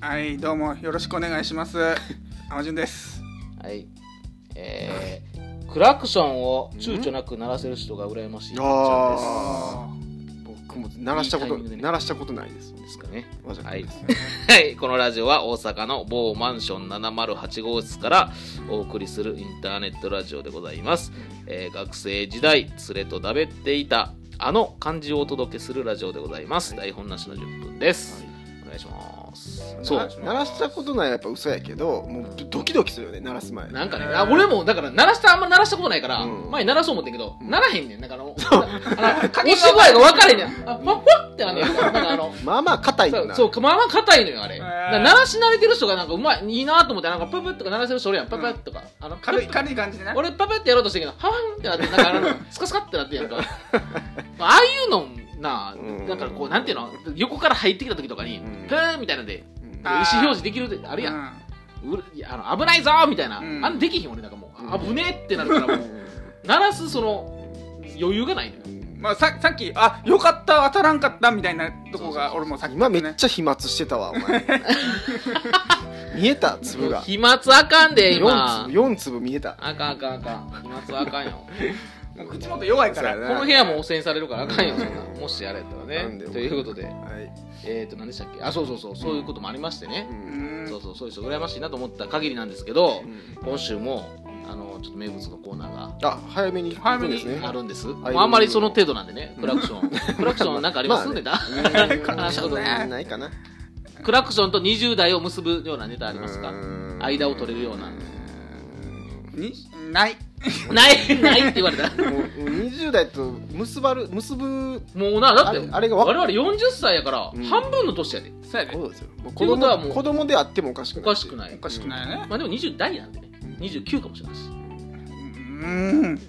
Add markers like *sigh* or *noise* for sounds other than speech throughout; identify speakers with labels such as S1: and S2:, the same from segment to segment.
S1: はい、どうもよろしくお願いします。アマジュンです。
S2: はい。えー、クラクションを躊躇なく鳴らせる人が羨ましいピッチャー
S1: あ
S3: 僕も鳴らしたこ
S2: いいタイ
S3: と
S2: ミングでね
S3: 鳴らしたことないです。
S2: です。ですかね。
S3: わざとです
S2: はい。このラジオは大阪の某マンション708号室からお送りするインターネットラジオでございます。えー学生時代、連れとだべっていたあの漢字をお届けするラジオでございます。台本なしの10分です。お願いします。そ
S1: は
S2: う
S1: い。
S3: 鳴らしたことないはやっぱ嘘やけど、もうドキドキするよね鳴らす前。
S2: なんかね、あ俺もだから鳴らしたあんま鳴らしたことないから、
S3: うん
S2: 前鳴らそう思ってんけど、
S3: うん
S2: 鳴らへんねん。なん
S3: *laughs*
S2: かあの、あの押し具合が分かれへんねん。あ、ポッポッってなんねん。
S3: *laughs*
S2: なんかあの、
S3: まあまあ硬い
S2: そ
S3: よ
S2: う
S3: な。
S2: そう、まあまあ硬いのよ、あれ。
S1: へー
S2: だから鳴らし慣れてる人がなんかうまい、いいなと思って、なんかププッとか鳴らせる人おるやん。パパッとか。あの、
S1: ー軽い
S2: ププッ
S1: 軽い感じでね。
S2: 俺パパッてやろうとしてるけど、ハワンってなって、なんかあ
S3: *laughs*
S2: の、スカスカってなってんやんか。まあああいうの、なあ、
S3: うん
S2: なんかこう、なんていうの、横から入ってきた時とかに、
S3: うん
S2: プーみたいなんで、
S3: うん
S2: 意思表示できるであるやん。
S1: ん。
S2: うるいやあの危ないぞーみたいな、
S1: うん
S2: あんできひん俺なんかもう、
S3: うん
S2: 危ねえってなるからもう鳴らすその余裕がないのよ
S1: まあささっきあよかった当たらんかったみたいなとこが俺もさっき
S3: 今めっ
S1: ね。
S3: ちゃ飛沫してたわお
S2: *laughs*
S3: 前。見えた粒が。
S2: 飛沫あかんで
S3: 四
S2: 今
S3: 粒四粒見えた。
S2: あかんあかんあかん飛沫あかんよ
S1: もう口元弱いから。
S3: そう
S2: こ
S3: や
S2: の部屋も汚染されるからあかんよそんなもしやれたら
S3: なん
S2: ね
S3: で
S2: ということで
S3: はい。
S2: えっ、ー、と何でしたっけあそうそうそうそういうこともありましてね
S3: う、
S1: うんん
S2: そうそうそういう人羨ましいなと思った限りなんですけど
S3: う、ん
S2: 今週もあのちょっと名物のコーナーが
S3: あ早めに
S1: 早めに
S3: 行くんですね
S2: あるんです、も
S3: いう
S2: あんまりその程度なんでねクラクションクラクションなんかあります、
S3: まあね
S2: ネタ
S3: うん
S2: 話したこと
S1: ない
S3: ないかな。
S2: クラクションと20代を結ぶようなネタありますか
S3: うん
S2: 間を取れるような
S1: にない。
S2: ないないって言われ
S3: *laughs*
S2: た
S3: もう20代と結ばる結ぶ
S2: もうなだっ
S3: あれ
S2: て
S3: あれがわ
S2: 我々40歳やから
S3: うん
S2: 半分の年やで
S1: そうやで。
S3: そうですよもう
S2: とい
S3: 子
S2: うことはもう
S3: 供子供であってもおかしく
S2: お
S3: ない
S2: かしくない
S1: おかしくないね。
S2: まあでも20代なんでね29かもしれないし
S1: うん。
S2: ね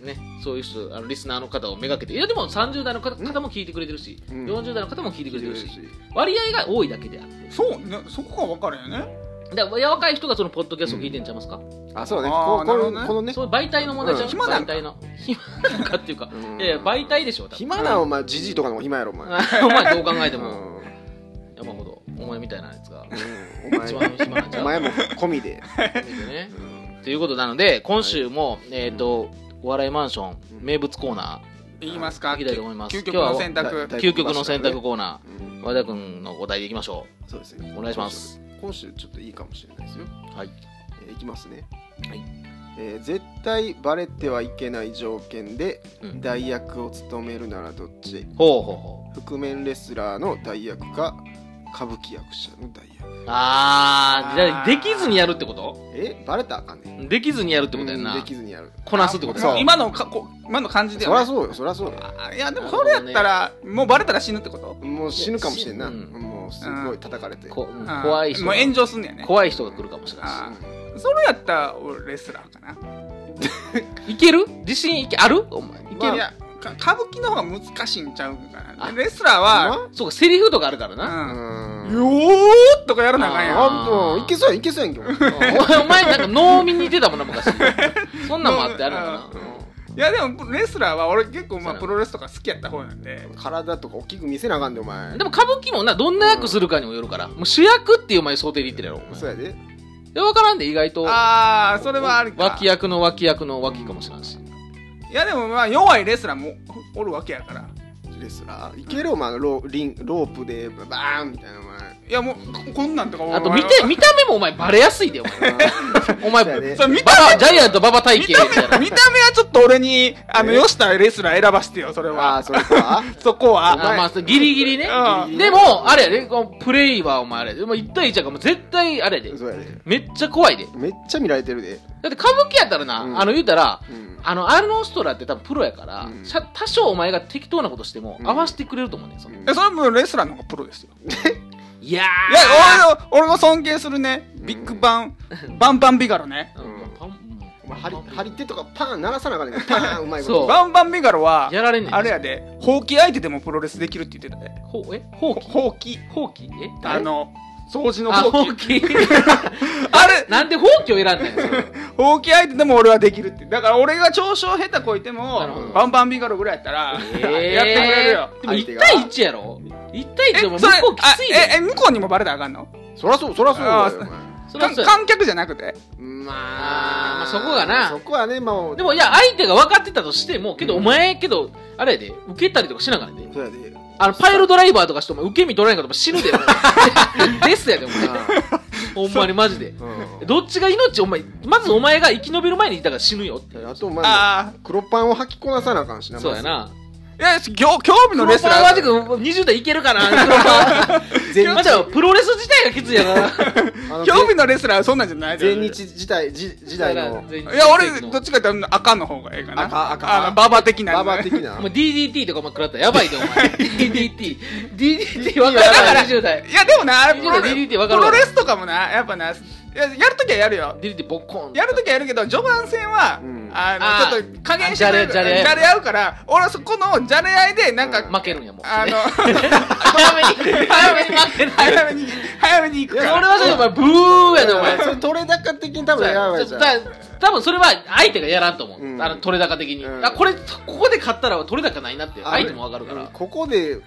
S2: そういう人あのリスナーの方をめがけていやでも30代の方方も聞いてくれてるし
S3: うん
S2: 40代の方も聞いてくれてるし
S3: し
S2: 割合が多いだけであって
S1: そうねそこが分かるよね。
S2: だから若い人がそのポッドキャストを聞いてんちゃいますか
S3: あそうだね
S1: あー
S3: ここ
S1: なるほ
S3: の
S1: どね
S3: このね
S2: そういう媒体の問題じゃん
S1: うん暇なん
S2: 媒
S1: か
S2: 体の暇なんかっていうか
S3: うん
S2: いやいや媒体でしょ多分
S3: 暇なお前じじいとかの方が暇やろお前
S2: *laughs* お前どう考えて
S3: うん
S2: も山ほどお前みたいなやつが
S3: うん
S2: 一
S3: お前
S2: 番暇なんちゃ
S3: お
S2: う
S3: 前も込みで
S2: ねということなので今週も、えっ、とお笑いマンション名物コーナ
S1: 言いますか。
S2: 行きたいと思います
S1: 究極の選
S3: 今日
S1: 択
S3: は。
S2: ー究極の選択コーナ
S3: う
S2: ー
S3: ん
S2: 和田君のお題でいきましょ
S3: そうですね
S2: お願いします
S3: 今週ちょっといいかもしれないですよ
S2: うはい
S3: えーいきますね
S2: はい
S3: えー絶対バレてはいけない条件で
S2: うん
S3: 代役を務めるならどっち
S2: ほうほうほ
S3: 覆面レスラーの代役か歌舞伎役者の代役
S2: うあーじゃ
S1: あ
S2: あ
S1: ー
S2: できずにやるってこと
S3: えバレたらあかんね
S2: できずにやるってことやん
S3: うん
S2: な
S3: できずにやる
S2: こなすってことや
S3: そう
S2: な
S1: 今のかこ今の感じで
S3: そりゃ
S1: はね。
S3: そうよそりゃそうよ
S1: あいやでもそれやったらもうバレたら死ぬってこと。
S3: もう死ぬかもしれんな、
S2: うん
S3: もうすごい叩かれて、
S2: こうん
S1: あー
S2: 怖い人
S1: も
S2: が
S1: う炎上すんねやね。
S2: 怖い人が来るかもしれな
S1: あーそれやったら俺レスラーかな。
S2: いしいける自信いけあるお前いけ
S1: い
S2: る、
S1: やか歌舞伎の方が難しいんちゃうんかな
S2: あ
S1: レスラーは
S2: そうかセリフとかあるからな、
S1: う
S3: うん
S1: ん
S3: よ
S1: よーとかやらなあかんやん
S2: あ
S3: あ
S2: ー
S3: うんいけそうやいけそうやんけお前
S2: お前お前なんか農民に似てたもんな昔そんなんもあってあるのかな、
S1: いやでもレスラーは俺結構ま
S2: そうや
S1: あ
S2: な
S1: プロレスとか好きやった方なんで
S3: 体とか大きく見せなあかんでお前
S2: でも歌舞伎もなどんな役するかにもよるから、もう主役っていうお前想定で言ってるやろお前
S3: そうやで
S2: で分からんで意外と
S1: ああそれはあるか
S2: 脇役の脇役の脇かもしれんし
S1: いやでもまあ弱いレスラーもおおるわけやから
S3: レスラーいけるお前ローリンロープでバーンみたいなお前
S1: いやもうここんなんとか
S2: あと見て見た目もお前バレやすいでお前
S3: *laughs*
S2: お前
S3: そうやね
S1: それ見
S2: バ
S1: た
S2: バジャイアントババ体
S1: 見
S2: 型
S1: た
S2: みたいな
S1: 目見た目はちょっと俺にあの
S3: え
S1: よしたレスラー選ばしてよそれ
S3: ああ
S2: *laughs*
S1: は
S3: それか
S1: そこ
S2: あ
S1: は
S2: まあギリギリね
S1: うん
S3: リギリ
S2: でもあれやでこのプレイはお前あれやでも1対1やからもう絶対あれやで
S3: そうやで
S2: めっちゃ怖いでだ
S3: めっちゃ見られてるで、
S2: って歌舞伎やったらな、
S3: うん
S2: あの言うたら
S3: うん、
S2: あのあの人らって多分プロやから、
S3: うん
S2: しゃ多少お前が適当なことしても
S3: うん
S2: 合わせてくれると思うねんその
S3: うん
S1: えそれはもうレスラーの方がプロですよ
S2: いや
S1: い
S2: ー
S1: や俺の俺の尊敬するねビッグバンバンバンビガロね
S2: うんパン
S3: お前張り張り手とかパーン鳴らさなあかんねんけどパーンうまいこ
S2: そ
S3: と
S1: バンバンビガロは
S2: やられんねん
S1: あれやで、ほうき相手でもプロレスできるって言ってたで。
S2: ほうえほうき
S1: ほうき。
S2: ほうきえ
S1: あの、掃除の
S2: あ
S1: ほ
S2: ほ
S1: う
S2: う
S1: き。
S2: き
S1: *laughs* あれ、
S2: *laughs* なんでほうきを選
S1: *laughs*
S2: んだんやそれ
S1: ほうき相手でも俺はできるって。だから俺が調子を下手こいて
S2: なるほ
S1: も
S2: ど、
S1: バンバンビガロぐらいやったら、
S2: えー
S1: やってくれるよ。
S2: でも
S3: 相手
S2: 1
S3: が
S2: 対1やろ1対1でも向
S1: それ
S2: こうきつい
S1: あえ
S2: で
S1: え、向こうにもバレたらあかんの
S3: そらそうそらそうだ
S1: あ
S3: よ
S1: ー
S3: お前
S2: そら
S1: か
S2: そうや
S1: 観客じゃなくて
S3: ま
S2: あーま
S3: あ
S2: あそこがな
S3: そこはねまあ
S2: でもいや相手が分かってたとしてもけど
S3: うん
S2: お前けどあれやで受けたりとかしながらで
S3: そうやで
S2: あのパイロドライバーとかしてお前受け身取らへんかったら
S1: *laughs*
S2: 死ぬでお前ですやでお前ほんまにマジで
S3: う
S2: どっちが命お前まずお前が生き延びる前にいたから死ぬよって
S3: んあとお前
S1: あ
S3: 黒パンを履きこなさなあかんしな
S2: そうやな
S1: あいや興興味の
S2: 黒
S1: レス
S2: パ
S1: ラ
S2: ン
S1: ー
S2: はマジで20代いけるかな黒パン
S3: まず全
S2: まだプロレス自体がきついやな
S3: あの
S1: 興味のレスラーはそんなんじゃないで
S3: 全日時代時時代の
S2: 全
S1: い
S2: 然
S1: や俺どっちかっていうと赤の方がええかな
S3: 赤赤
S1: あのババ的な
S3: ババア的
S1: *laughs*
S3: な
S2: お前 DDT とかも食らったらやばいでお前 DDT DDT 分か
S1: だからら
S2: ない20代
S1: いやでもなプ
S2: 20
S1: ロ
S2: 代
S1: レ
S2: DDT
S1: プ
S2: 分かる
S1: ロ
S2: わ
S1: レスとかもなやっぱないややるときはやるよ
S2: DDT ボッコン
S1: やるときはやるけど序盤戦は、
S3: うん
S1: あの
S2: あー
S1: ちょっと加減してくれる
S2: じゃれじゃれ合い
S1: じゃれ合うから俺はそこのじゃれ合いでなんか、
S3: うん
S2: 負けるんやもう
S1: あの
S3: *laughs*
S2: 早めに早めに
S1: *laughs*
S2: 負けない
S1: 早めに早めに行く
S2: そ
S1: か
S2: れ
S1: ら
S2: はちょっとお前ブーやでお前
S3: それ取れ高的に多分やばい
S2: ち
S3: じ
S2: ょ
S3: ゃ
S2: っと
S3: ん
S2: だ多分それは相手がやらんと思う、
S3: うん
S2: あの取れ高的に、
S3: うん
S2: あこれここで勝ったら取れ高ないなって相手も分かるから、
S3: うんここで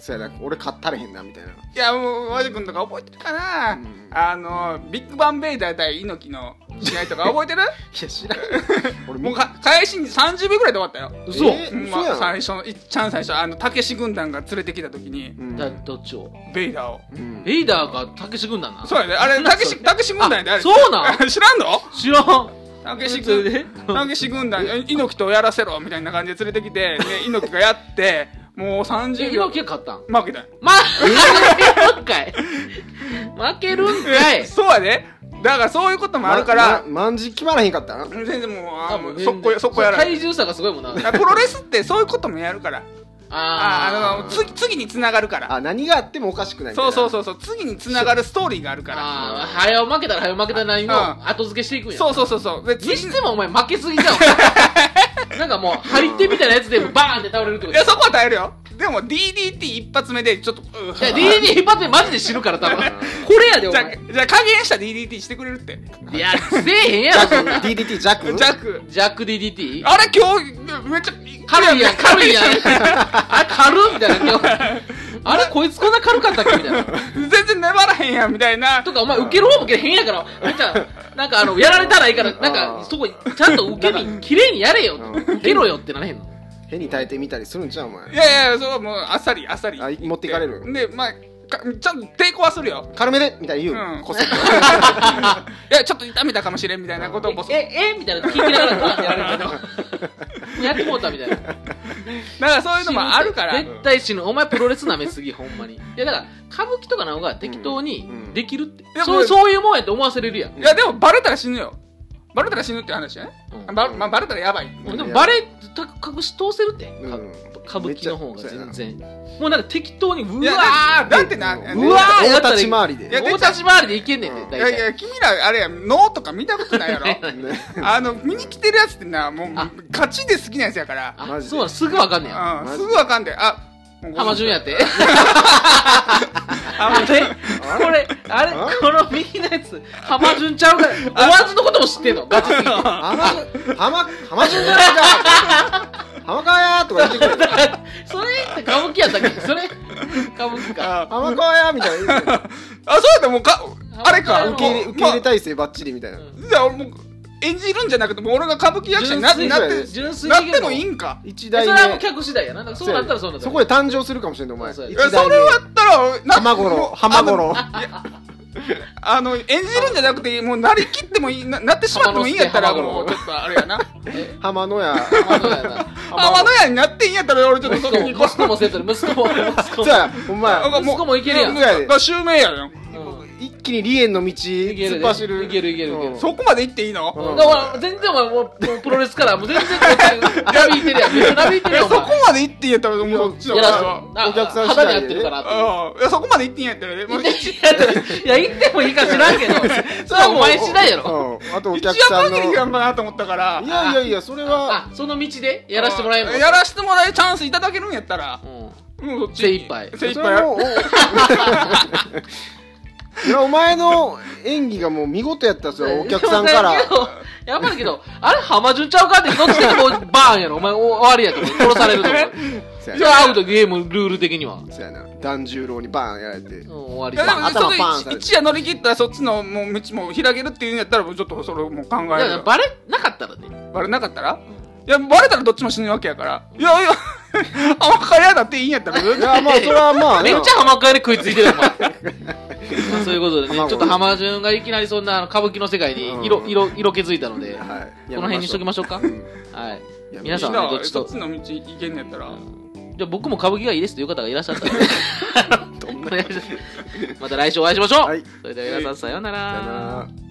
S3: そうやな俺勝ったれへんなみたいない
S1: やもう和く君とか覚えてるかな、
S3: うん
S1: あのビッグバンベイダー対猪木の試合とか覚え
S3: *laughs*
S1: てる
S3: いや知らん俺
S1: もうか開始に30秒ぐらいで終わったよ
S2: 嘘、
S3: え
S1: うん
S3: 嘘や
S1: まあ、
S3: ん
S1: 最初のいっちゃん最初あのたけし軍団が連れてきた時に
S3: うん
S2: だどっちを
S1: ベイダーを
S3: うん
S2: リーダーかたけし軍団な
S1: そうやねあれ
S2: なん
S1: た
S2: か
S1: け
S2: *laughs* そ
S1: し
S2: う
S1: たけし軍団やであれ
S2: そうなん
S1: *laughs* 知らんの
S2: 知らん
S1: たけし
S2: それ
S1: 軍
S2: で
S1: たけし軍団え猪木とやらせろみたいな感じで連れてきてで猪木がやってもう
S2: え
S1: 30秒
S2: *laughs* 猪木が勝ったん
S1: 負けたん
S2: ま負けるんかい負けるんかい
S1: そうやでだからそういうこともあるか
S3: ま
S1: ら
S3: ままんじ決まらへんかったん
S1: 全然もうあ
S2: 多
S1: もう
S2: 分
S1: そこやそこやら
S2: 体重差がすごいもんな
S1: *laughs* あプロレスってそういうこともやるからああ
S2: あー
S1: の次次につながるから
S3: あ何があってもおかしくないみたい
S1: そ
S3: な
S1: うそうそうそう次につながるストーリーがあるか
S2: あー早負けたら早負けたなり
S1: うん
S2: の後付けしていくん
S1: ら
S2: や
S1: そうそうそうそうで
S2: に
S1: 次
S2: し
S1: に
S2: てもお前負けすぎじゃん
S1: *laughs*
S2: お前なんかもう張り手みたいなやつでバーンって倒れるってこ
S1: い
S2: と
S1: やそこは耐えるよでも DDT 一発目でちょっとう
S2: いや DD 一発目マジで死ぬか
S1: *laughs*
S2: ら多分これやでお
S1: じゃあ
S2: 前
S1: *laughs* じゃあ加減した DDT してくれるって
S2: いやせえへんやろそんな
S3: DDT ジャック
S1: ジャック
S2: ジャック DDT
S1: あれ今日めっちゃ
S2: 軽いやん軽いやん
S1: 軽
S2: あれ軽っみたいな今日あれこいつこんな軽かったっけみたいな
S1: *laughs* 全然粘らへんやんみたいな
S2: とかお前受ける方も受けへんやからめっちゃなんかあのやられたらいいからなん
S3: あー
S2: かそこちゃんと受け身綺麗にやれよ
S3: うん
S2: 受けろよってなれへんの
S3: 変に耐えてみたりするんじゃんお前
S1: いやいやそうもうあっさりあっさり
S3: あ持っていかれる
S1: でまあかちゃんと抵抗はするよ
S3: 軽めでみたいに
S1: う
S3: 言う、
S1: ん
S3: こ
S1: *laughs* いやちょっと痛めたかもしれんみたいなことをボソ
S2: ええみたいな聞きながらバーンってやられるけどやってもうたみたいな
S1: だからそういうのもあるから
S2: 絶対死ぬお前プロレスなめすぎほんまにいやだから歌舞伎とかの方が適当に
S3: うん
S2: できるって、
S1: うん
S2: そうそういうもんやって思わせれるやん、
S1: いやでもバレたら死ぬよバレたら死ぬって話ね、
S2: うん
S1: ばまあ、バレたらやばい
S3: うん
S2: でもバレた隠し通せるって、
S3: ん
S2: か歌舞伎の方
S3: め
S2: が
S3: っちゃそうやな
S2: 全然もうなんか適当にうわー
S1: いや
S2: って
S1: だってな
S3: う
S2: うわーやった
S3: 大
S2: ら
S3: 立ち回りで
S1: いや
S2: 大立ち回りでいけんねん
S3: うん
S2: て
S1: い
S2: 大
S1: や
S2: 体
S1: いや君らあれや脳とか見たことないやろ
S2: *laughs*
S3: ね
S1: あの見に来てるやつってなもう
S2: あ
S1: 勝ちで好きなやつやから
S2: あ
S3: マジで
S2: そうなんすぐわかんねんや
S1: う
S3: マ
S1: ん、
S3: ジ
S1: すぐわかんであもう
S2: 浜
S1: ご存知
S2: 順やって
S1: あ
S2: あれこれあれ
S3: あ
S2: この右のやつ浜順ちゃうからおわずのことも知ってんのガチすぎて
S3: 浜浜浜順じゃないか浜川やーとか言ってくる
S2: それって歌舞伎やったっけそれ歌舞伎か
S1: あ
S3: 浜川やーみたいな言うて
S1: あそうやったらもうかあれか
S2: あ
S3: 受け入れ
S1: もう
S3: 受け入れ体制バッチリみたいな、
S2: うん
S1: まあじゃあ俺もう演じるんじゃなくてもう俺が歌舞伎役者にななっ
S2: 純
S1: て
S2: 粋
S1: なっ
S3: ぐら
S1: て
S2: 純粋
S3: いで
S1: もいい
S2: ん
S1: んか
S3: 一
S2: それ
S3: 代
S2: はもう
S3: 目
S2: 客次第やなだからそうなったらそうなった
S3: そこ
S2: で
S3: で誕生するかもしれんねお前
S2: そうそう
S1: い
S3: 一
S1: や
S3: 代
S1: そ
S3: 目
S1: れはやったらな
S3: 浜五
S1: も
S3: 郎
S1: う
S3: 浜五
S1: あの
S3: 郎
S1: あの演じるんじゃなくてもうなりきってもいいななってしまってもいいんやったら
S2: 浜之助
S1: もうちょっとあれやな
S3: 浜野や
S2: 浜野やな
S1: 浜の屋になっていいんやったら俺ちょっと
S2: 息
S1: そ
S2: 子
S1: こ
S2: も
S1: に行こ
S2: 息子もセットで息子も息子
S3: そう
S2: も
S3: やお前
S1: う
S2: 息子もいけるやん
S1: いやいや襲名やよ
S2: うん
S3: 一気に離縁の道
S2: いける
S3: 突っ走る
S2: いけるいけるいける
S3: うん
S1: そこまで行っていいの
S3: うん
S2: だから全然お前もうもうプロレスからもう全然こ
S3: *laughs*
S2: っちになびいてるやんめっちゃなびいて
S1: い
S2: る
S1: や
S2: やんお
S1: そこ
S2: 前
S1: まで行っていいんやったらもうそっちだ
S2: や
S1: かららう
S2: せ
S1: ん
S2: あ
S3: お客さん次
S2: 肌
S3: 第
S2: に合っ
S3: で
S2: てるからって
S1: いやそこまで行っていいんやったらねもう一
S2: いや言ってもいいか知らんけどそれはお前次第やろ
S3: うんあとお
S1: 一夜
S3: 客さんの
S1: 限り頑
S3: い
S1: 張らなと思ったから
S3: やいやいやそれは
S2: あその道でやらせてもらえるの
S1: やらせてもらえるチャンスいただけるんやったら
S2: うん
S1: もうそっち
S2: 精一杯
S1: 精一
S3: そ
S1: 杯
S3: れ
S1: や
S3: はもうおそれはお前の演技がもう見事やったんです *laughs* よお客さんから
S2: でもやっぱり
S3: *laughs*
S2: けど、あれ、浜順ちゃうかって、どっちでもバーンやろ。お前、お終わりやと思う。殺されると思う。
S3: そう
S2: じ
S3: や
S2: ゃ
S3: な
S2: あアウトゲームルール的には
S3: そうやな團十郎にバーンやられ *laughs* て
S2: うん終わり
S1: いやでも
S3: 頭
S1: それ
S3: パーンされて
S1: 一夜乗り切ったらそっちのもう道も開けるっていうんやったらもうちょっとそれも考える
S2: だから
S1: よ
S2: バレなかったらね
S1: バレなかったらいやバレたらどっちも死ぬわけやからいやいやあんまりやだっていいんやったら
S3: いやまあそれは *laughs* まあ
S2: めっ
S3: な
S2: ちゃ浜川に食いついてるよお前 *laughs* まあそういうことでねちょ
S3: 浜
S2: っ
S3: 川
S2: と浜順がいきなりそんな歌舞伎の世界に色
S3: うん
S2: 色色気づいたのでこ
S3: はい
S2: の辺にしときましょうか
S3: うん
S2: はい
S3: や
S2: 皆さん
S1: み
S2: は
S1: な
S2: ねどっち
S1: そっ
S2: と
S1: ちの道行けんやったら
S2: じゃあ僕も歌舞伎がいいですという方がいらっしゃ *laughs* ったらお願いしますまた来週お会いしましょう、
S3: はい
S2: それでは皆さんさようなら
S3: さよなら